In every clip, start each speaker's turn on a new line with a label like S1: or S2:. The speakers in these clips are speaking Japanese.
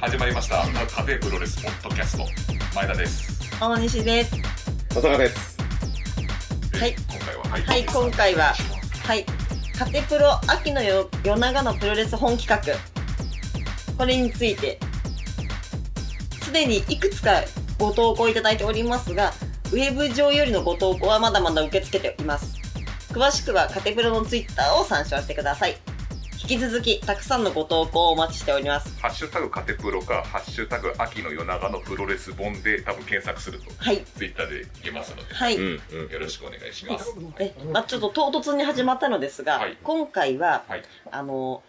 S1: 始まりましたカフェプロレスポッドキャスト前田です
S2: 大西です。
S3: 小坂です。
S1: えー
S2: はい
S1: 今回ははい、
S2: はい、今回は、はい、カテプロ秋の夜夜長のプロレス本企画。これについて、すでにいくつかご投稿いただいておりますが、ウェブ上よりのご投稿はまだまだ受け付けています。詳しくはカテプロのツイッターを参照してください。引き続き、たくさんのご投稿をお待ちしております。
S1: ハッシュタグカテプロかハッシュタグ秋の夜長のプロレス本で多分検索すると
S2: はい、
S1: ツイッターでいけますので、
S2: はい。
S3: うん
S1: よろしくお願いしますはい
S2: え、まあ、ちょっと唐突に始まったのですが、
S1: はい
S2: 今回は、
S1: はい
S2: あの、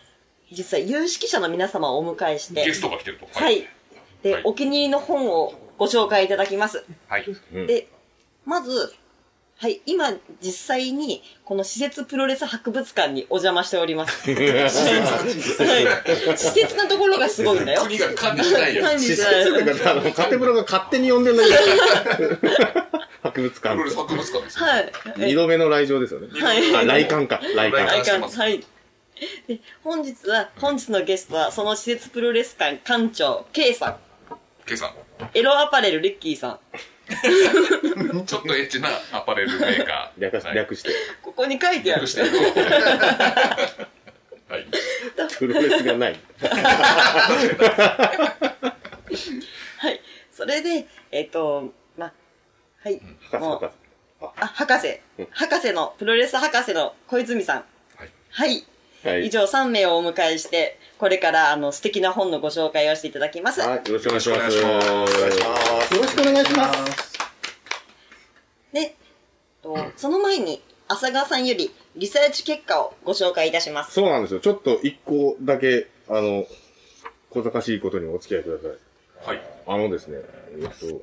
S2: 実は有識者の皆様をお迎えして、
S1: ゲストが来てると
S2: はい。で、
S1: はい
S2: お気に入りの本をご紹介いただきます。
S1: はい
S3: うん。
S2: で、まず、はい、今、実際に、この施設プロレス博物館にお邪魔しております。はい施設のところがすごいんだよ。
S1: 国が管理しないやつ
S2: 管理し
S3: 施設
S2: ない
S3: というか、あの、カテブロが勝手に呼んでるだけです博物
S1: プロレス
S3: 館。
S1: 博物館ですね
S2: はい。
S3: 二度目の来場ですよね。
S2: はい
S3: あ、来館か。
S1: 来
S3: 来館。
S2: はい
S1: してます
S2: はい。で、本日は、本日のゲストは、その施設プロレス館館長、K さ
S1: ケイさ
S2: ん、エロアパレル、リッキーさん。
S1: んちょっとエッチなアパレルメーカー
S3: 略し
S1: はい
S3: 略して。
S2: ここに書いてある
S1: 略。してる とはい
S3: プロレスがない。
S2: はい。それで、えっ、と、ま、はい。
S3: 博士
S2: もう
S3: 博士。
S2: あ、博士
S3: うん。
S2: 博士の、プロレス博士の小泉さん。
S1: はい
S2: はい。
S3: はい。
S2: 以上3名をお迎えして、これから、あの、素敵な本のご紹介をしていただきます。
S3: はい。よろしくお願いしま
S1: よ
S3: す。
S1: ろしくお願いし
S3: よろしくお願いします。
S2: で、とその前に、浅川さんより、リサーチ結果をご紹介いたします。
S3: そうなんですよ。ちょっと一個だけ、あの、小賢しいことにお付き合いください。
S1: はい
S3: あのですね、えっと、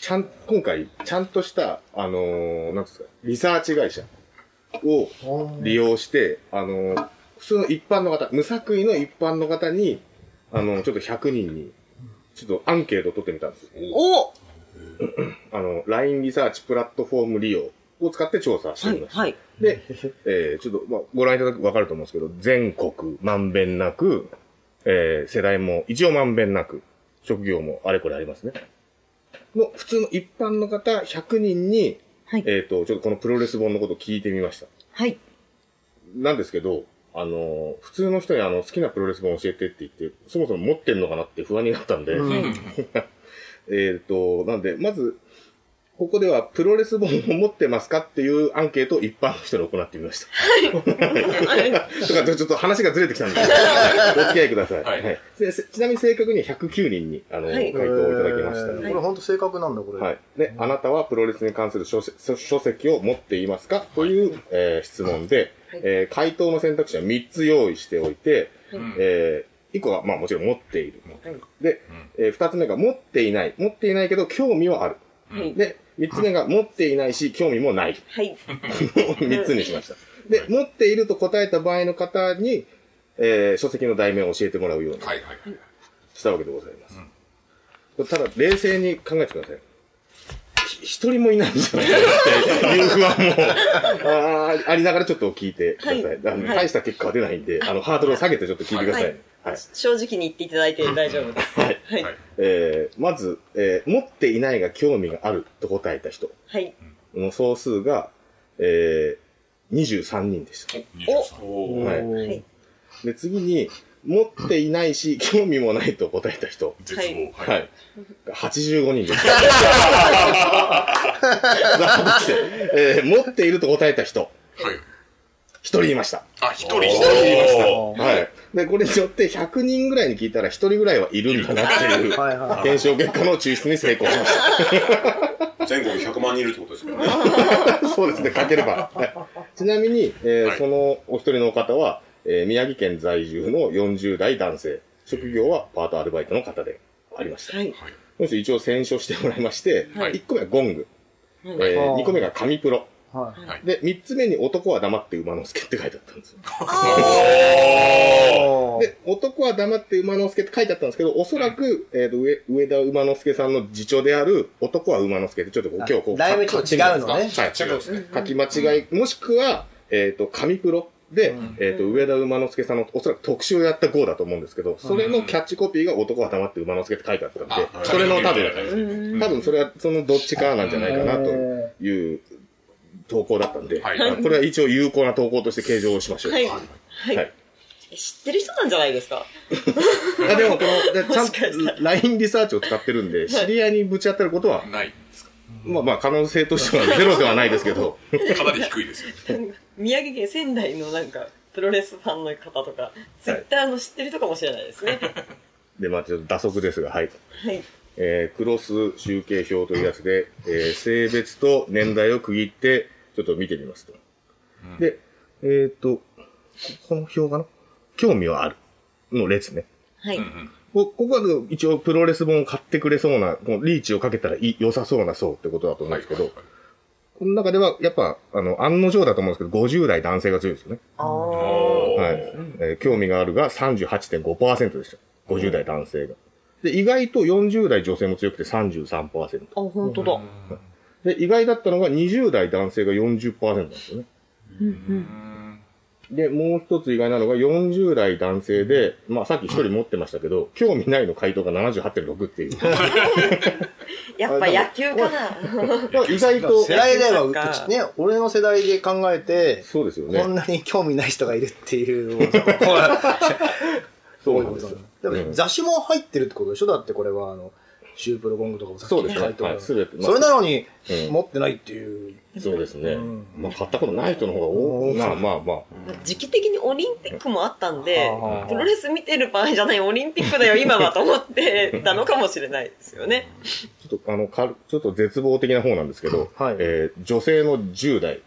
S3: ちゃん、今回、ちゃんとした、あのーなんていうんですか、リサーチ会社を利用して、あのー普通の一般の方、無作為の一般の方に、あのーちょっと100人に、ちょっとアンケートを取ってみたんですよ。
S2: お
S3: あの、LINE リサーチプラットフォーム利用を使って調査して
S2: は
S3: み
S2: い、
S3: ました。
S2: はい。
S3: で、えーちょっと、まあ、ご覧いただくわかると思うんですけど、全国まんべんなく、えー世代も一応まんべんなく、職業もあれこれありますね。の、普通の一般の方100人に、
S2: はい
S3: えっ、と、ちょっとこのプロレス本のことを聞いてみました。
S2: はい。
S3: なんですけど、あのー普通の人にあの、好きなプロレス本教えてって言って、そもそも持ってんのかなって不安になったんで、
S1: う
S4: うん
S1: ん
S3: えっ、と、なんで、まず、ここではプロレス本を持ってますかっていうアンケートを一般の人に行ってみました。とか、ちょっと話がずれてきたんで、 お付き合いください。
S1: はい
S3: はいでせちなみに正確に109人に、あの、
S2: はい
S3: 回答をいただきましたの
S4: こ
S3: で
S4: れ本当正確なんだ、これ。
S3: はい。で、あなたはプロレスに関する書書書籍を持っていますかという、えー質問で、
S2: はい
S3: えー回答の選択肢は3つ用意しておいて、
S1: うん
S3: えー、1個は、まあもちろん持っている。
S2: はい
S3: で、えー、2つ目が持っていない。持っていないけど興味はある。
S2: はい。
S3: で、3つ目が持っていないし興味もない。
S2: はい。
S3: 3つにしました。で、持っていると答えた場合の方に、えー書籍の題名を教えてもらうように
S1: はいはいはい
S3: したわけでございます。ただ、冷静に考えてください。ひ一人もいないんじゃないかっていう不安もあーありなが らちょっと聞いてください。
S2: はい
S3: あの
S2: はい
S3: 大した結果は出ないんで、あの、ハードルを下げてちょっと聞いてください。
S2: は
S3: はいい。
S2: 正直に言っていただいて大丈夫です。
S3: はい
S2: はい。
S3: えーまず、えー持っていないが興味があると答えた人
S2: はい。
S3: の総数が、えー、23人でした。
S1: 23
S4: おー
S3: はい
S2: はい。
S3: で、次に、持っていない し、興味もないと答えた人。
S1: 絶望
S3: はいい。85人 です。ざっと来てえー持っていると答えた人、
S1: はい
S3: 1人いました。
S1: あ一人
S4: おー
S1: 一人いました
S3: はい。で、これによって100人ぐらいに聞いたら1人ぐらいはいるんだなっていう、
S4: はいは
S3: 検証結果の抽出に成功しまし
S5: 全国100万人いるってことですよね。
S3: た。 そうですね、かければ。はいちなみに、えー
S1: はい
S3: そのお一人のお方は、えー宮城県在住の40代男性、職業はパートアルバイトの方でありました。
S2: はい。
S1: はい
S3: そして一応選書してもらいまして、
S1: はい
S3: 1個目はゴング、え
S4: あー
S3: 2個目が紙プロ、
S4: い。はい。
S1: はい
S3: で、3つ目に男は黙って馬之助って書いてあったんですよ。
S4: おー
S3: で、男は黙って馬之助って書いてあったんですけど、おそらく、えーと上上田馬之助さんの次長である男は馬之助ってちょっとこう今
S4: あ
S3: 日こう。
S4: だいぶちょっと違うのね
S3: はい、
S1: 違うんですね
S3: 書き間違い、もしくは、えっ、と、紙プロ。で、
S4: うん
S3: えっ、と、上田馬之助さんの、おそらく特集をやった号だと思うんですけど、それのキャッチコピーが男は黙って馬之助って書いてあったんで、
S5: あ
S3: それの多分、
S5: う
S2: うん
S3: 多分それはそのどっちかなんじゃないかなと
S4: え
S3: いう投稿だったんで、
S1: はい
S3: まあこれは一応有効な投稿として計上をしましょう。
S2: はい。
S3: あ
S2: は
S3: はいい。
S2: 知ってる人なんじゃないですか
S3: でも、この、でちゃ
S2: もしかした
S3: んと LINE リサーチを使ってるんで、知り合いにぶち当たることは、
S1: ない。
S3: まあまあ可能性としてはゼロではないですけど、
S1: かなり低いですよ。
S2: 宮城県仙台のなんか、プロレスファンの方とか、ツイッターの知ってる人かもしれないですね。
S3: で、まあちょっと打足ですが、はい。
S2: はい。
S3: えークロス集計表というやつで、えー性別と年代を区切って、ちょっと見てみますと。
S1: うん
S3: で、えっ、と、ここの表かな興味はある。の列ね。
S2: はい。
S1: うんうん
S3: こここは一応プロレス本を買ってくれそうな、このリーチをかけたらいい良さそうな層ってことだと思うんですけど、
S1: はいはい
S3: この中ではやっぱ、あの、案の定だと思うんですけど、50代男性が強いですよね。
S2: あ
S1: おー
S3: はい。えー興味があるが38.5%でした。50代男性が。で、意外と40代女性も強くて33%。
S2: あ、本当だ。
S3: で、意外だったのが20代男性が40%なんですよね。
S2: うんう。
S1: うんん
S3: で、もう一つ意外なのが40代男性で、まあさっき一人持ってましたけど、興味ないの回答が78.6っていう。だか
S2: やっぱ野球かな。
S3: ら意外
S4: ー
S3: と
S4: 世、代で
S2: な
S4: は、
S2: んか
S4: うちね、俺の世代で考えて、
S3: そうですよ
S4: こん
S3: ね。
S4: なに興味ない人がいるっていうのが、
S3: そうなんですよ。
S4: でも雑誌も入ってるってことでしょだってこれは、あの、シュープロゴングとかもさっき
S3: そうですね
S4: 書いてある
S3: はい全てまあ
S4: それなのに、
S3: うん
S4: 持ってないっていう。
S3: そうですね
S4: うん。
S3: まあ買ったことない人の方が多い。まあまあまあ。
S2: 時期的にオリンピックもあったんで
S4: はあ、
S2: プロレス見てる場合じゃないオリンピックだよ、今はと思ってたのかもしれないですよね。
S3: ちょっとあの、かちょっと絶望的な方なんですけど、
S4: はい
S3: えー女性の10代、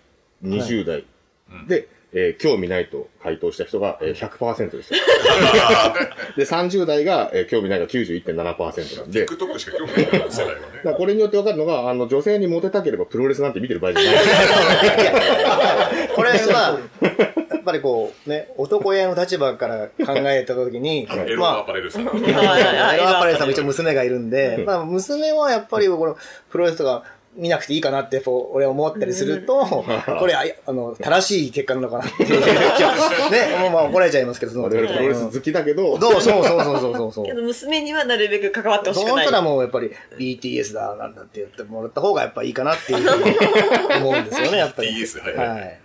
S3: 20代で、えー興味ないと回答した人が、えー、100%です よ。で、30代が、えー興味ないが91.7%なんで、だか
S5: TikTok しか興味ない世代はね。
S3: らこれによってわかるのが、あの、女性にモテたければプロレスなんて見てる場合じゃない。
S4: これは、やっぱりこう、ね、男親の立場から考えたときに、
S3: はい
S1: エロのア
S4: まあ、
S1: パレルさん。
S2: はいはいはい
S4: エロアパレルさんも一応娘がいるんで、まあ、娘はやっぱりこのプロレスとか見なくていいかなって、こう俺は思ったりすると、 これ、あいあの、正しい結果なのかなっていう気はね、もうまあ怒られちゃいますけど、その
S3: 我々プロレス好きだけど、
S4: どうそうそうそうそうそ うそう。
S2: けど娘にはなるべく関わってほしく
S4: そう
S2: な
S4: し
S2: い。
S4: たらもうやっぱり BTS だなんだって言ってもらった方がやっぱいいかなっていうふうに思うんですよね、やっぱり。
S5: BTS はい
S4: はい。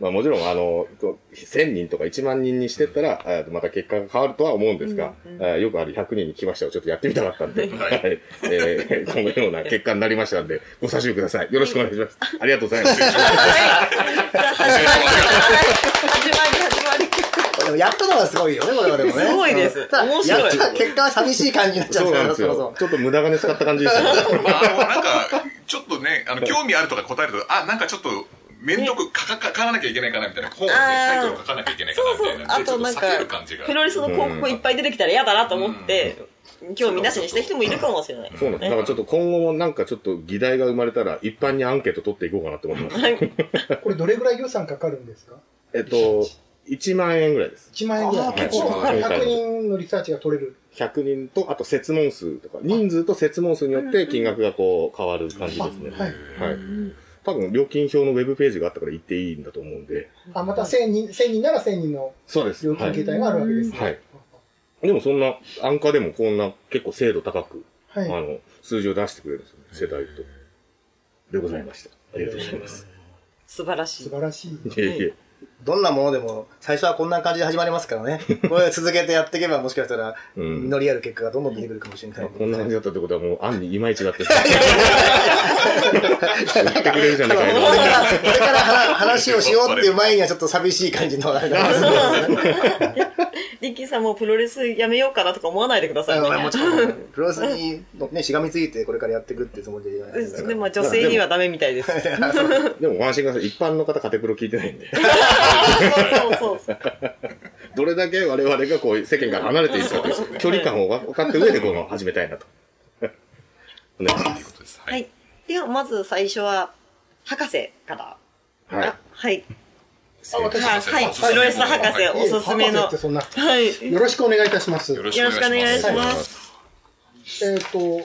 S3: まあもちろん、あの、こう1000人とか1万人にしてったら、えーまた結果が変わるとは思うんですが、
S2: うんうん
S3: えーよくある100人に来ましたをちょっとやってみたかったんで、
S1: は
S3: はいいえーこのような結果になりましたんで、ご差し入れください。よろしくお願いします。ありがとうございます。
S2: じゃあ始まり、始まり、始まり。
S4: でもやったのがすごいよね、これはでもね。
S2: すごいです
S4: うんただ
S2: 面白い
S4: やった結果は寂しい感じになっちゃ
S3: そうう
S4: か
S3: なん
S4: ら、
S3: ですよ。ちょっと無駄金使った感じでし たね。
S1: まあ、あのなんか、ちょっとね、あの、興味あるとか答えると、あ、なんかちょっと、面倒くかか書かなきゃいけないかなみたいな、本をね、タイトルを書かなきゃいけないかな
S2: そう
S1: みた
S2: そ。
S1: いうな。
S2: あ
S1: でちょ
S2: と
S1: っ
S2: なんか
S1: 避ける感じが。、
S2: プロレスの広告いっぱい出てきたら嫌だなと思って、興味なしにした人もいるかもしれない。
S3: そうなんです。だからちょっと今後もなんかちょっと議題が生まれたら、一般にアンケート取っていこうかなと思います。
S6: これどれぐらい予算かかるんですか
S3: えっと、1万円ぐらいです。
S6: 1万円ぐらい。
S3: あー
S6: 結構
S3: はい
S6: 100人のリサーチが取れる。
S3: 100人と、あと設問数とか、人数と設問数によって金額がこう変わる感じですね。
S6: あはい
S3: はい。多分料金表のウェブページがあったから行っていいんだと思うんで。
S6: あ、また1000人、1000人なら1000人の
S3: そうです
S6: 料
S3: は
S6: 金
S3: い。
S6: 形態があるわけですね。
S3: はい。でもそんな、安価でもこんな結構精度高く、
S6: はい。
S3: あの、数字を出してくれるんですよね、世代と。でございました。ありがとうございます。
S2: 素晴らし
S6: 素
S2: い。
S6: 晴らしい。
S3: いえいえ。
S4: どんなものでも、最初はこんな感じで始まります からね。これ続けてやっていけば、もしかしたら、
S3: うん
S4: 乗り合う結果がどんどん出てくるかもしれない。
S3: こんな感じだったってことはもう、案にいまいちだって。 言ってくれるじゃない か
S4: これ
S3: よ。
S4: から、これから話話をしようっていう前にはちょっと寂しい感じのあれだ な。
S2: リッキーさんもプロレスやめようかなとか思わないでくださいね。
S4: もちろん、プロレスに、ね、しがみついてこれからやっていくっていうつもりで。
S2: うんでも女性にはダメみたいです。そう
S3: でもご安心ください。一般の方、カテプロ聞いてないんで。
S2: そうそう。
S3: どれだけ我々がこう、世間から離れているかという距離感を分かった上で、この、始めたいなと。 お願いしま
S1: という
S3: す。
S1: ことです。
S2: はい。では、まず最初は、博士から。
S3: はい
S2: あ。はい。
S6: あ、私、
S2: は
S6: はいい
S2: はいプロレス博士おすすめの
S6: 博士ってそんな。
S2: はい。
S6: よろしくお願いいたします。
S1: よ
S6: え
S1: ろ
S6: っ
S1: しくお願いし
S2: よろしくお
S1: ま。
S2: 願いしますす
S6: と、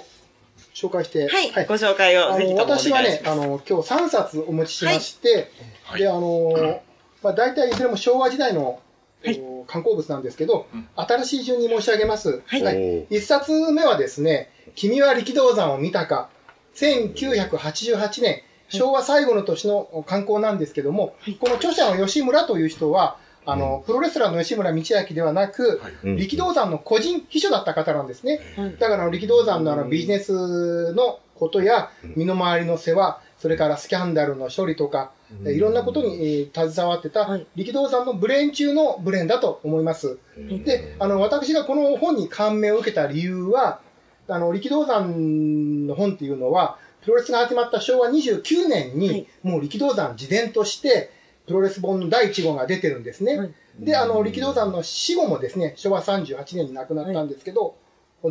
S6: 紹介して。
S2: はい。ご紹介
S6: あ
S2: をぜひ
S6: の
S2: ともお願い
S6: 私
S2: し
S6: は
S2: ます。
S6: ね、あの、今日3冊お持ちしまして、
S1: はい
S6: で、あの、まあ、大体いずれも昭和時代の、
S2: はい
S6: お観光物なんですけど、
S1: うん
S6: 新しい順に申し上げます。
S2: はい
S3: おー
S6: 一冊目はですね、君は力道山を見たか、1988年、昭和最後の年の観光なんですけども、この著者の吉村という人は、あの、プロレスラーの吉村道明ではなく、
S3: うん
S6: 力道山の個人秘書だった方なんですね。
S2: うん
S6: だからあの力道山のあのビジネスのことや身の回りの世話、それからスキャンダルの処理とか、えいろんなことにえー携わってた
S2: はい
S6: 力道山のブレーン中のブレーンだと思います。で、あの私がこの本に感銘を受けた理由は、あの力道山の本っていうのは、プロレスが始まった昭和29年に、
S2: はい
S6: もう力道山自伝として、プロレス本の第1号が出てるんですね。
S2: はい
S6: で、あの力道山の死後もですね、昭和38年に亡くなったんですけど、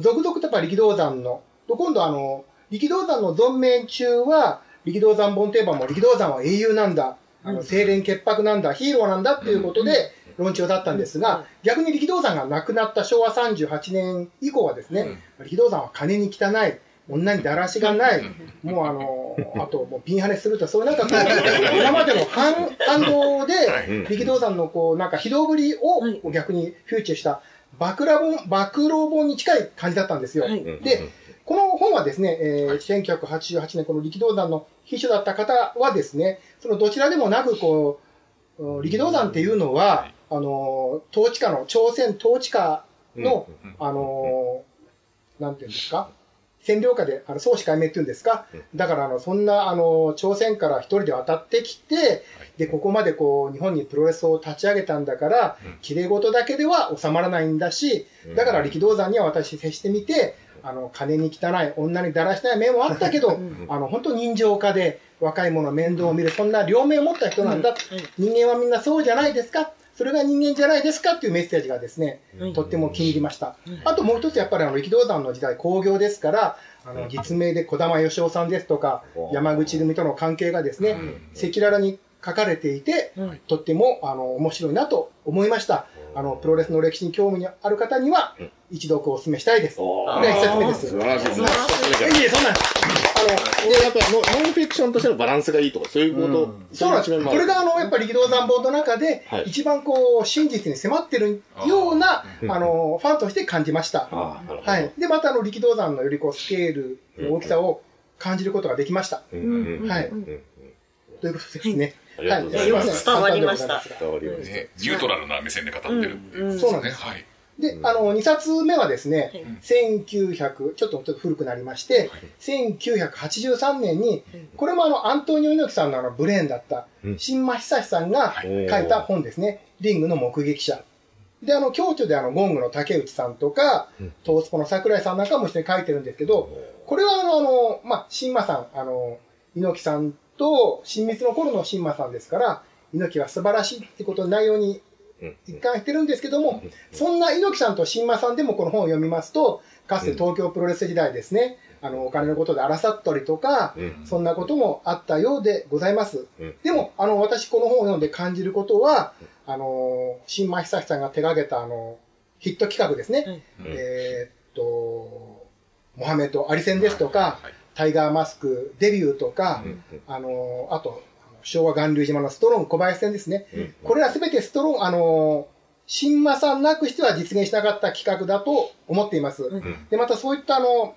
S6: 続々とやっぱ力道山の、と今度あの、力道山の存命中は、力道山本定番も力道山は英雄なんだ、あの清廉潔白なんだ、ヒーローなんだっていうことで論調だったんですが、逆に力道山が亡くなった昭和38年以降はですね、力道山は金に汚い、女にだらしがない、もうあの、あともうピンハネすると、そういうなんかこう、今までの反反動で
S1: はい、
S6: 力道山のこう、なんか非道ぶり
S2: はい
S6: を逆にフューチャーした、暴露本、暴露本に近い感じだったんですよ。
S2: はい
S6: で、この本はですね、えー1988年、この力道山の秘書だった方はですね、そのどちらでもなく、こう、うん力道山っていうのは、あのー、統治下の、朝鮮統治下の、あのー、なんていうんですか、占領下で、あの、総司会名っていうんですか、だから、あの、そんな、あの、朝鮮から一人で渡ってきて、で、ここまでこう、日本にプロレスを立ち上げたんだから、綺麗事だけでは収まらないんだし、だから力道山には私接してみて、あの、金に汚い、女にだらしない面もあったけど、あの、本当人情家で、若い者の面倒を見る、そんな両面を持った人なんだ。人間はみんなそうじゃないですかそれが人間じゃないですかっていうメッセージがですね、とっても気に入りました。あともう一つやっぱりあの力道山の時代興行ですから、あの実名で児玉義雄さんですとか、山口組との関係がですね、赤裸々に書かれていて、とってもあの面白いなと思いました。あのプロレスの歴史に興味のある方には一読をお勧めしたいです。
S5: おー
S6: で一冊目で
S3: 素
S6: す。
S3: 晴らしいですね。
S6: いえいえそんな。あの
S3: これやっぱノノンフィクションとしてのバランスがいいとか、そういうこと、
S6: そうなんです
S3: い一面もあ
S6: こ
S3: る
S6: れがあのやっぱり力道山本の中で
S3: はい、
S6: 一番こう真実に迫ってるような
S3: うん
S6: あのファンとして感じました。
S3: ああ、なるほど。
S6: はい、でまたあの力道山のよりこうスケールの大きさを感じることができました。
S3: うんうん
S6: はい、
S3: うん
S6: ということですね。
S3: ありがとうござい
S2: は
S3: ま
S2: い
S3: す。
S2: 伝わりました
S6: 簡単でございすが
S3: 伝わりました
S1: ねニュートラルな目線で語ってるんで
S2: うんうん
S6: そうなん
S1: ね
S6: です。
S1: はい
S6: で、あの、2冊目はですね、
S2: はい
S6: 1900、ちょっとちょっと古くなりまして、1983年に、これもあの、アントニオ猪木さんのあの、ブレーンだった
S3: う、ん
S6: 新間久志さんが
S3: い
S6: 書いた本ですね、リングの目撃者。で、あの、京都であの、ゴングの竹内さんとか、トースポの桜井さんなんかも一緒に書いてるんですけど、これはあの、あの、まあ、新間さん、あの、猪木さんと、親密の頃の新間さんですから、猪木は素晴らしいってことの内容に
S3: うん
S6: 一貫してるんですけども、そんな猪木さんと新馬さんでもこの本を読みますと、かつて東京プロレス時代ですね、あの、お金のことで争ったりとか、
S3: うん
S6: そんなこともあったようでございます。
S3: うん
S6: でも、あの、私この本を読んで感じることは、あの、新馬久志さんが手掛けたあの、ヒット企画ですね。
S3: うん
S6: えーっと、モハメド・アリ戦ですとか、
S1: はい
S6: タイガーマスクデビューとか、
S3: うん
S6: あの、あと、昭和巌流島のストロン小林戦ですね。
S3: うん
S6: これらすべてストロン、あの、新馬さんなくしては実現しなかった企画だと思っています。
S3: ん
S6: で、またそういったあの、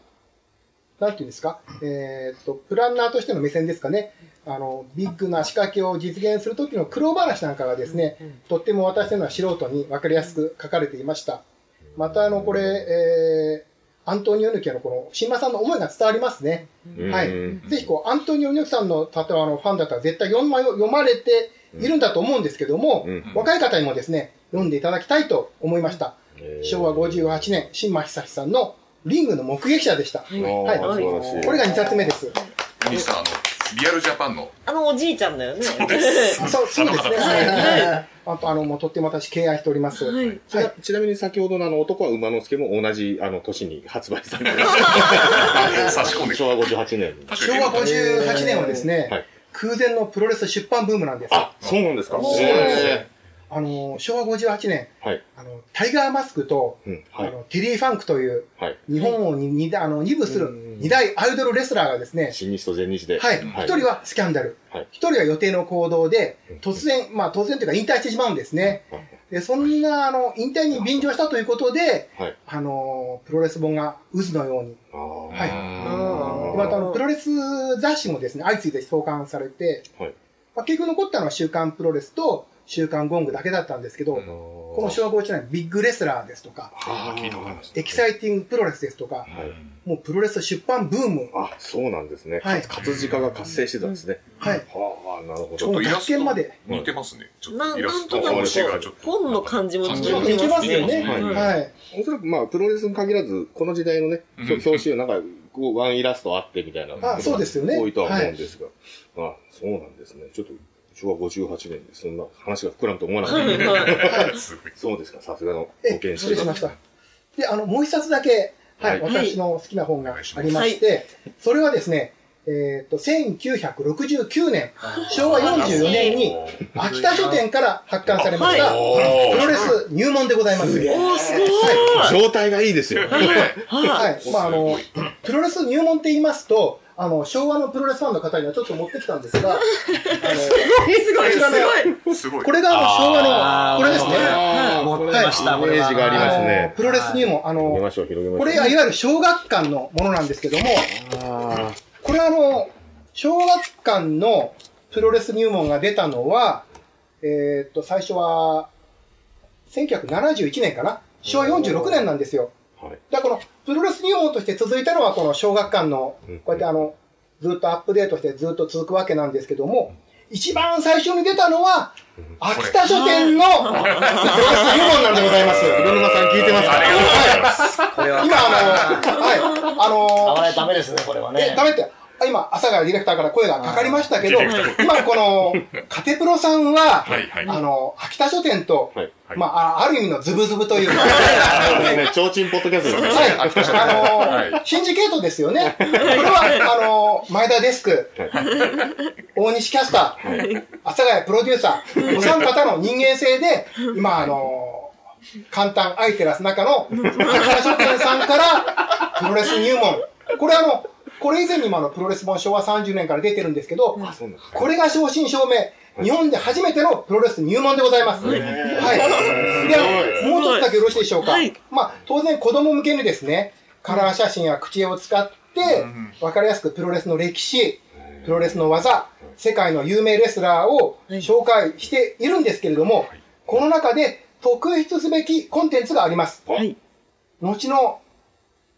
S6: なんていうんですか、えーっと、プランナーとしての目線ですかね、あの、ビッグな仕掛けを実現するときの苦労話なんかがですね、とっても私のは素人に分かりやすく書かれていました。またあの、これ、えー、アントニオ猪木のこの、新馬さんの思いが伝わりますね。
S3: うん
S6: はい
S3: うん。
S6: ぜひこう、アントニオ猪木さんの、例えばあの、ファンだったら絶対読ま読まれているんだと思うんですけども、
S3: うん
S6: 若い方にもですね、読んでいただきたいと思いました。
S3: えー
S6: 昭和58年、新馬久志さんのリングの目撃者でした。
S3: あー
S6: はい
S3: 素晴らしい。
S6: これが2冊目です。
S1: 西さんあのリアルジャパンの
S2: あのおじいちゃんだよね。
S6: そ うそうですね。はい
S2: はい
S6: はいあと、あの、もうとっても私敬愛しております。
S2: はい
S3: ちなちなみに先ほどのあの男は馬之助も同じあの年に発売された
S1: 差し込んで
S3: 昭和58年に。
S1: 確
S6: 昭
S1: かに
S6: 和58年はですね、
S3: はい
S6: 空前のプロレス出版ブームなんです。
S3: あ、そうなんですか。
S6: そうなんですよ
S3: へ
S6: あの、昭和58年、
S3: はい
S6: あの、タイガーマスクと、
S3: うん。は
S6: あ
S3: い。
S6: のテリー・ファンクという、
S3: はい
S6: 日本をににあの二部する二大アイドルレスラーがですね、
S3: 新日と全日で。
S6: はい、一、人はスキャンダル
S3: はい、
S6: 一、人は予定の行動で
S3: うん、
S6: 突然、まあ突然というか引退してしまうんですね。
S3: はい
S6: で、そんな、あの、引退に便乗したということで、
S3: はい
S6: あの、プロレス本が渦のように。
S3: あー
S6: はい
S3: あー
S6: でまた、あの、プロレス雑誌もですね、相次いで創刊されて、
S3: はい
S6: まあ、結局残ったのは週刊プロレスと週刊ゴングだけだったんですけど、
S1: うん
S6: この小学校時代、ビッグレスラーですとか、
S1: あー聞いたことあります
S6: エキサイティングプロレスですとか、
S3: はい
S6: もうプロレス出版ブーム。
S3: あ、そうなんですね。
S6: はい
S3: 活字化が活性してたんですね。
S6: はい。
S3: はあ、なるほ
S1: ち
S3: ど
S1: ょ。っ
S6: も
S1: と
S6: う
S1: イラ
S6: 学
S1: スト
S6: 研まで。
S1: 似てますね。ちょっ
S2: な
S1: とイラス
S2: ん
S1: ト
S2: と
S1: の
S2: な
S1: 星が
S2: く
S1: ちょっ。
S2: ことう本の感じも
S1: 感
S2: 似
S1: じが
S2: てきます
S1: 似て
S2: ね。
S1: ますね
S3: はい
S6: はい。
S3: おそらくまあ、プロレスに限らず、この時代のね、
S1: うん
S3: 表表紙をなんか、こう、ワンイラストあってみたいな。
S6: あそうですよね
S3: 多いとは思うんですが。あ、そうなんですね。ちょっと、昭和58年でそんな話が膨らむと思わなかった。
S1: うんすごい
S3: そうですか、さすがの
S6: え
S3: 保健
S6: 失
S3: 師
S6: 礼しました。で、あの、もう一冊だけ、はい、
S3: はい
S6: 私の好きな本がありまして、それはですね、えっと、1969年、昭和44年に、秋田書店から発刊されました、
S1: お
S6: プ
S1: ー
S6: ロレス入門でございます。
S2: おー、すごい。
S3: 状態がいいですよ。
S2: は。
S6: はいい。まあ、あの、プロレス入門って言いますと、あの、昭和のプロレスファンの方にはちょっと持ってきたんですが、あの
S2: すごい、すごい。
S1: すごい。
S6: これがあの昭和
S4: あー
S6: の、これですね。
S3: あー
S4: 持ってました、
S3: イ
S4: こ
S3: メ
S4: れは
S3: ージがありますね。
S6: プロレス入門、あ
S3: 広げ
S6: の、
S3: ましょう、広げましょう。
S6: これがいわゆる小学館のものなんですけども、
S3: あ
S6: これはあの、小学館のプロレス入門が出たのは、えーっと、最初は、1971年かな昭和46年なんですよ。
S3: ーはい。
S6: だからこの、プロレス入門として続いたのは、この小学館の
S3: うん、
S6: こうやってあの、ずっとアップデートしてずっと続くわけなんですけども、一番最初に出たのは、秋田書店 の、プロレス入門なんでございます。
S3: 黒沼さん聞いてますか
S4: これは。
S6: 今、あの、はい、あ
S4: あま
S6: の
S4: りダメですね、これは
S6: え
S4: ね。
S6: ダメって、あ今、朝からディレクターから声がかかりましたけど、
S1: ディレク
S6: 今、この、カテプロさんは、
S1: はいはい
S6: あの、秋田書店と、
S3: はい
S1: はい
S6: まあ、あある意味のズブズブという か、
S3: ね、ちょうちんポッドキャストですね。
S6: はい、あのー、シンジケートですよね。これは、あのー、前田デスク、大西キャスター、阿佐ヶ谷プロデューサー、お三方の人間性で、今、あのー、簡単アイテラス中の、秋田書店さんから、プロレス入門。これあの、これ以前にもあの、プロレス本昭和30年から出てるんですけど、
S3: そうなんですか
S6: これが正真正銘。日本で初めてのプロレス入門でございます。はい。で、もう一つだけよろしいでしょうか。
S2: はい
S6: まあ、当然子供向けにですね、カラー写真や口絵を使って、わかりやすくプロレスの歴史、プロレスの技、世界の有名レスラーを紹介しているんですけれども、この中で特筆すべきコンテンツがあります。
S2: はい。
S6: 後の、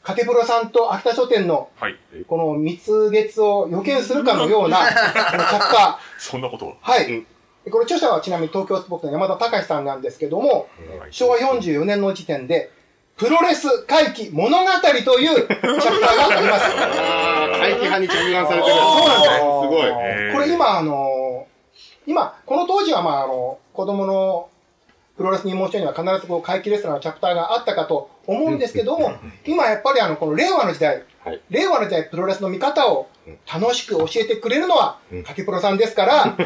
S6: カテプロさんと秋田書店の
S1: はい。
S6: この蜜月を予見するかのよう な、このチャプター、
S1: そんなことは。
S6: はい。
S3: うん
S6: これ著者はちなみに東京スポーツの山田隆さんなんですけども、昭和44年の時点で、プロレス回帰物語というチャプターがあります。
S3: あー怪奇派に着眼されてる。
S6: そうなんです
S3: す
S6: よ
S3: ごい。
S1: えー
S6: これ今、あのー今、この当時は、まあ、あの、子供のプロレス入門書には必ずこう、怪奇レスラーのチャプターがあったかと思うんですけども、今やっぱりあの、この令和の時代、
S3: はい
S6: 令和の時代プロレスの見方を楽しく教えてくれるのは、かけプロさんですから、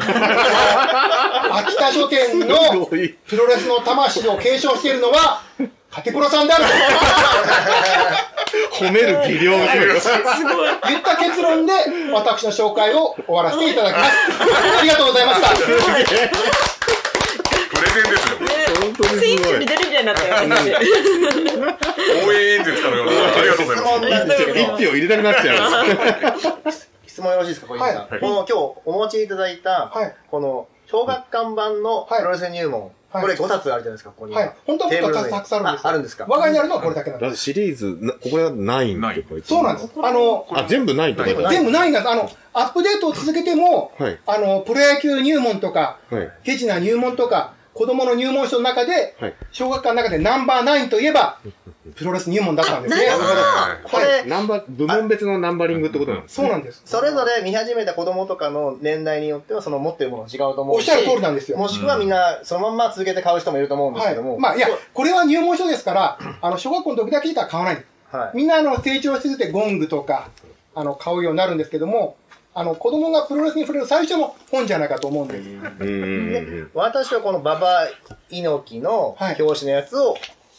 S6: 秋田書店の
S3: すごい
S6: プロレスの魂を継承しているのは、かけプロさんである
S3: 褒める技量がすごいです。
S6: と言った結論で、私の紹介を終わらせていただきます。ありがとうございました。
S1: プレゼンですよ。
S3: 本当に
S2: スイッ
S3: すご
S2: チ
S3: い
S2: に。出るみたいになったよ、私。
S1: 応援演説かのような。ありがとうございます。
S4: なんですよ
S3: 一票入れたくなっちゃ う。
S4: 質問よろしいですか、小泉さん。
S1: はい
S4: この今日お持ちいただいた、
S6: はい
S4: この小学館版の
S6: はい
S4: プロレス入門、
S6: はい
S4: これ5冊あるじゃないですか、ここに。
S6: はい。本当はも
S4: テーブル
S6: っと
S4: の上に
S6: 数たくさんあるんです
S4: あ
S6: よ
S4: あるんですか
S6: 我が家にあるのはこれだけなん
S3: だ
S6: で
S3: っ
S6: す。
S3: てシリーズ、なこれはないん
S1: ない
S3: で、これ
S6: そうなんです。あの、
S3: あ、全部ないってこと
S4: は
S3: だ
S6: 全部ないんです。あの、アップデートを続けても、
S3: はい
S6: あの、プロ野球入門とか、
S3: はい。
S6: ケチな入門とか、子供の入門書の中で、
S3: はい
S6: 小学館の中でナンバーナインといえば、プロレス入門だったんですね。
S1: はい
S4: これ、
S3: ナンバー、部門別のナンバリングってことなんです
S6: そうなんです。
S4: それぞれ見始めた子供とかの年代によっては、その持ってるものが違うと思
S6: お
S4: う
S6: っ
S4: し。
S6: しゃる通りなんですよ。
S4: もしくはみんな、そのまんま続けて買う人もいると思うんです
S6: は
S4: けども。
S6: い。まあ、いや、これは入門 書ですから、あの、小学校の時だけしか買わない。
S4: はい。
S6: みんなあの、成長してて、ゴングとか、あの、買うようになるんですけども、あの、子供がプロレスに触れる最初の本じゃないかと思うんです。
S3: うんうんうんうん。
S4: 私はこのババ猪木の
S6: はい
S4: 表紙のやつを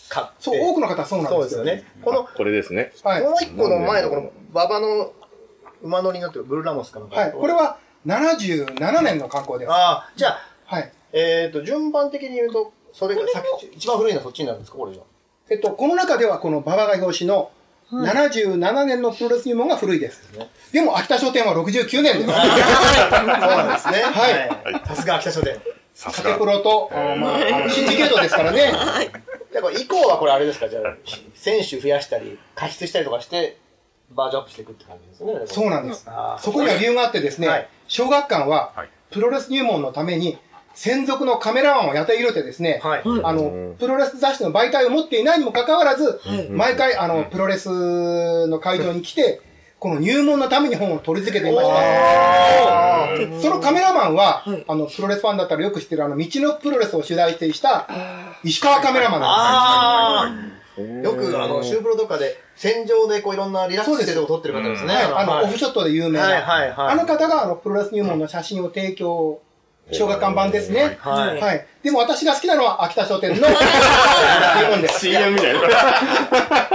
S4: 買って、
S6: そう、多くの方はそうなん
S4: そう
S6: で
S4: ですす
S6: よ
S4: よ
S6: ね。
S4: ね。この、
S3: これですね。
S6: はい。
S4: もう一個の前のこのババの馬乗りになってるブルーラモスかなんか。
S6: はい。これは77年の観光です。
S4: ああ、じゃあ、
S6: はい。
S4: えっ、と、順番的に言うと、それがさっき、一番古いのはそっちになるんですか、これじゃ。
S6: えっと、この中ではこの馬場が表紙の77年のプロレス入門が古いです。でも、秋田商店は69年です。
S4: そうなんですね。
S6: はい
S4: はい。さすが秋田書店。
S1: さす
S6: カテ
S1: が
S6: プ。ロと、あのまあ、あのシンジケートですからね。
S4: じゃあこれ以降はこれあれですか、じゃあ、選手増やしたり、加筆したりとかして、バージョンアップしていくって感じですね。
S6: そうなんです。
S4: あ
S6: そこには理由があってですね、
S4: はい
S6: 小学館は
S1: はい
S6: プロレス入門のために専属のカメラマンをやっているとですね、
S4: はい。
S6: あ
S3: う
S6: の
S3: ん、
S6: プロレス雑誌の媒体を持っていないにもかかわらず、
S2: い
S6: 毎回、あの、プロレスの会場に来て、この入門のために本を取り付けていました。そのカメラマンは、あの、プロレスファンだったらよく知ってる、あの、道のプロレスを取材してした、石川カメラマンなん
S4: ああよく、あの、シュープロとかで、戦場でこういろんなリラックスしてるとこ撮ってる方です
S6: です
S4: ね。
S6: はい。あの、
S4: はい
S6: オフショットで有名
S4: はい
S6: な。
S4: はいはい。
S6: あの方が、あの、プロレス入門の写真を提供、小学館版ですね。
S4: は。
S6: はいい。でも私が好きなのは、秋田商店の入門です。
S3: CM みたいな。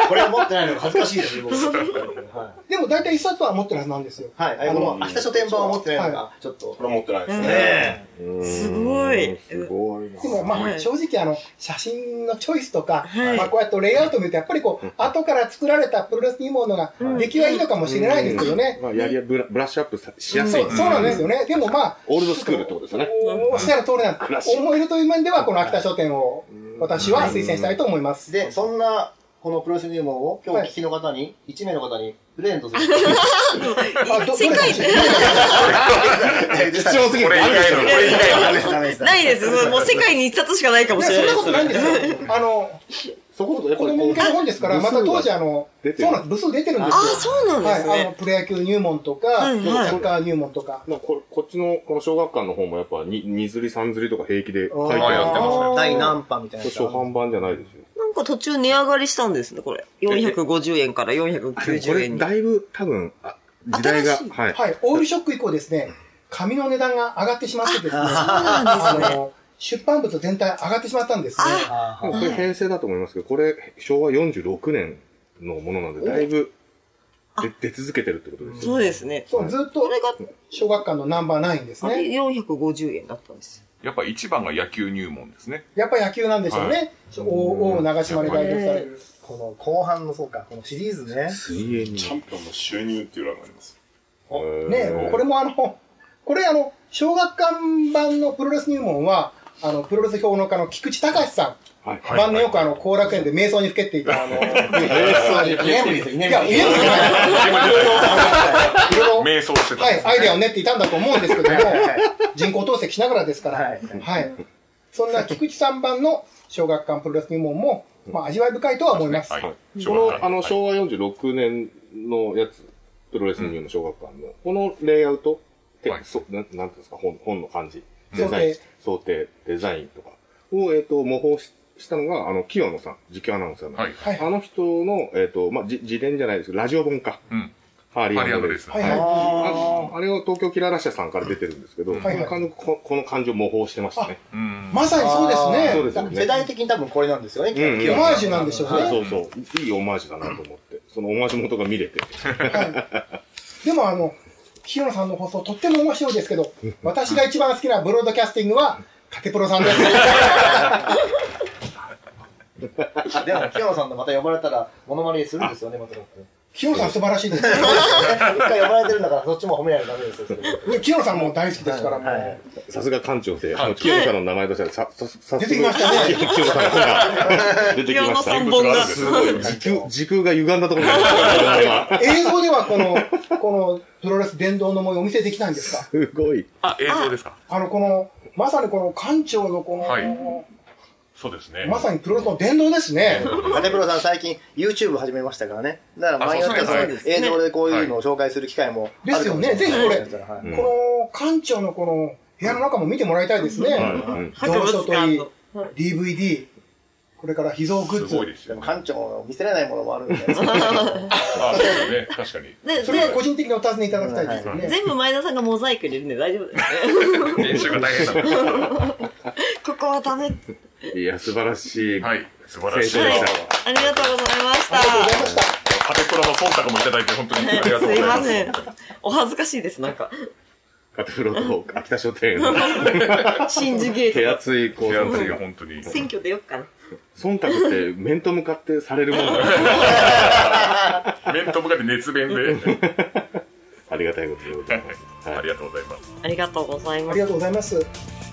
S4: これを持ってないのが恥ずかしいですね、僕。は
S6: でも大体一冊は持ってるはずなんですよ。
S4: い。はい。あの、秋田書店版を持ってないのが、ちょっと。
S5: これ持ってないですね。
S4: ね
S2: すごい
S3: すごいな
S6: で。もま
S2: は
S6: あ
S2: い
S6: 正直あの写真のチョイスとか、
S2: はい
S6: まあこうやってレイアウト見るとやっぱりこう後から作られたプロレスにいいものが出来はいいのかもしれないですけどね。
S3: まあ、やりやブラブラッシュアップさしやすい
S6: そう。そうなんですよね。でもまあ
S3: オールドスクールってことですよね。
S6: おっしゃる通りなん
S3: クラ
S6: で
S3: シッ
S6: す。
S3: ク
S6: 思い入れという面ではこの秋田書店を私は推薦したいと思います。
S4: で、そんな、このプロレス入門を今日お聞きの方に、1名の方にプレゼント する。
S6: あどどれかもしれない
S3: 貴重すぎ
S1: こ
S3: る。
S1: れ以外の、これ以外の。
S2: ないです。もうもう世界に一冊しかないかもしれ
S6: そ
S2: なんい
S6: な
S2: です。
S6: ことないんですよ。あの
S3: そこのとやっぱ
S6: 子
S3: りこ
S6: 供向
S3: う
S6: けの本ですから、
S3: 部
S6: ま
S3: 数が
S6: た当時あの
S3: 出てる
S6: そうなんです部数出てるんです
S2: あ
S6: よ。
S2: あ、そうなんです
S6: はい、あの
S2: ね。
S6: プロ野球入門とか、
S2: はいはい
S6: サッカー入門とか。
S3: まあここっちのこの小学館の方もやっぱに二釣り三釣りとか平気で書いて
S1: あやってますね
S3: あ
S4: 第何波みたいな
S3: る
S4: やつ。
S3: 初版版じゃないですよ。
S2: なんか途中値上がりしたんですね、これ。450円から
S3: あでもこ
S2: 490
S3: れ
S2: 円に。
S3: だいぶ多分あ時代が
S2: 新しい
S3: はい。
S6: はい、オールショック以降ですね、紙の値段が上がってしまってですね、あの出版物全体上がってしまったんですね。
S2: あ
S4: あ
S3: でもこれ編成だと思いますけど、これ昭和46年のものなんでだいぶ出出続けてるってことですよ。
S2: そうですね。
S6: そうずっ
S2: ことれが、
S6: 小学館のナンバーナインです
S2: あれ
S6: ね。
S2: 450円だったんですよ。
S1: やっぱ一番が野球入門ですね。
S6: やっぱ野球なんでしょうね。おお長島に代表される。
S4: この後半の、そうか、このシリーズね。
S3: 水泳に。
S5: チャンピオンの収入っていう欄があります。
S6: ね、これもあの、これあの、小学館版のプロレス入門は、あの、プロレス評論家の菊池隆さ
S3: はい
S6: ん、晩年よくあの、後楽園で瞑想にふけっていた、あの、
S4: 居眠りです、居
S6: い
S4: 眠
S6: や、
S4: り。
S6: 家もじゃない。いろいろあのいろいろ、
S1: 瞑想してた。
S6: はい、アイデアを練っていたんだと思うんですけども
S4: はいはい、
S6: 人工透析しながらですから、
S4: は
S6: はいい。そんな菊池さん版の小学館プロレス入門も、まあ、味わい深いとは思います。
S1: はい。
S3: この、あの、
S1: はい
S3: 昭和46年のやつ、プロレス日本の小学館の、このレイアウト、て
S1: はい
S3: そなんなんていうんですか、本本の感じ、
S6: 想定
S3: デザイン、想定、デザインとかを、えっ、と、模倣ししたのが、あの、清野さん、実況アナウンサーの。
S1: はい。
S6: はい。
S3: あの人の、えっ、と、まあ、じ自伝じゃないですけど、ラジオ本か。
S1: うん。
S3: ハーリ
S1: ハリア
S3: ー
S1: ンド
S3: レ
S1: で
S3: ース
S1: す。
S6: はい
S3: はい
S6: は
S3: ああれを東京キララ社さんから出てるんですけど、
S1: はい
S6: はい
S3: このここの感じを模倣してましたね。
S1: うん
S6: い。まさにそう
S3: あーそうで
S6: で
S3: す
S6: す
S3: よ
S6: ね。
S3: ね
S4: 世代的に多分これなんですよね、
S3: うん
S6: オマージュなんでしょう
S3: そう
S6: ね。
S3: そうそう。いいオマージュだなと思って。そのオマージュ元が見れて。
S6: はいでも、あの、清野さんの放送とっても面白いですけど、私が一番好きなブロードキャスティングは、カテプロさんです。
S4: でも、清野さんとまた呼ばれたら、モノマネするんですよね、まただって。
S6: 清野さん素晴らしいです。
S4: 一回呼ばれてるんだから、そっちも褒めないとダメですよ。それ
S6: 清野さんも大好きですから、も。
S4: はいう
S3: さすが館長で、あの清野さんの名前としては、さ、さ、さ、
S6: 出てきましたね
S3: 清野さんの本が出てきまし
S2: 清野さ
S3: た。
S2: ん本が
S1: す
S3: す
S1: ご
S3: ご
S1: い
S3: い。時空、時空が歪んだところにある今
S6: 映像ではこの、このプロレス殿堂の模様お見せできないんですか
S3: すごい。
S1: あ、映像ですか。
S6: あの、この、まさにこの館長のこの、
S1: はいそうですね。
S6: まさにプロレスの殿堂ですね。
S4: 金プロさん最近 YouTube 始めましたからね。だから、前によっては
S1: あ
S4: そ
S1: そう
S4: の
S2: ですね
S4: 映像でこういうのを紹介する機会もあるかもしれない。
S6: ですよねぜひこ
S4: れ。はい
S3: うん
S6: この館長のこの部屋の中も見てもらいたいですね。
S3: はいうん
S2: 博物館
S6: どうしよう
S2: の。
S6: DVD、これから秘蔵グッ
S1: すごい
S6: ズ。
S1: です
S4: で
S1: よ
S4: も
S1: ね。
S4: 館長の見せれないものもあるんで。
S1: あ、そうですね。確かに。
S2: で、
S6: それは
S2: で
S6: 個人的にお尋ねいただきたいですよね。
S2: 全部前田さんがモザイク入れるんで大丈夫で す。
S1: 練習が大変だもん。
S2: ここはダメ。
S3: いや、素晴らしい。
S1: はい。素晴らしい。
S3: 成長
S2: は
S3: し
S2: い
S3: た
S2: ありがとうございまし
S6: ありがとうござい
S2: た。
S6: ました。
S1: カテプラのポンタクもいただいて、本当にありがとうご
S2: す
S1: ざい
S2: い
S1: ま。
S2: ますせん。お恥ずかしいです、 なんか。
S3: カテフロと秋田書店の
S2: 新次ゲ
S3: 手
S2: ート。
S3: 厚い構
S1: 手
S3: 想
S1: 厚いが本当 に。
S2: 選挙出よっかな。
S3: 忖度って面と向かってされるものなん だ
S1: 面と向かって熱 弁で。
S3: ありがたいことでございます。はい
S1: ありがとうございます。
S2: ありがとうございま
S6: あ
S2: す
S6: り。がとうございます。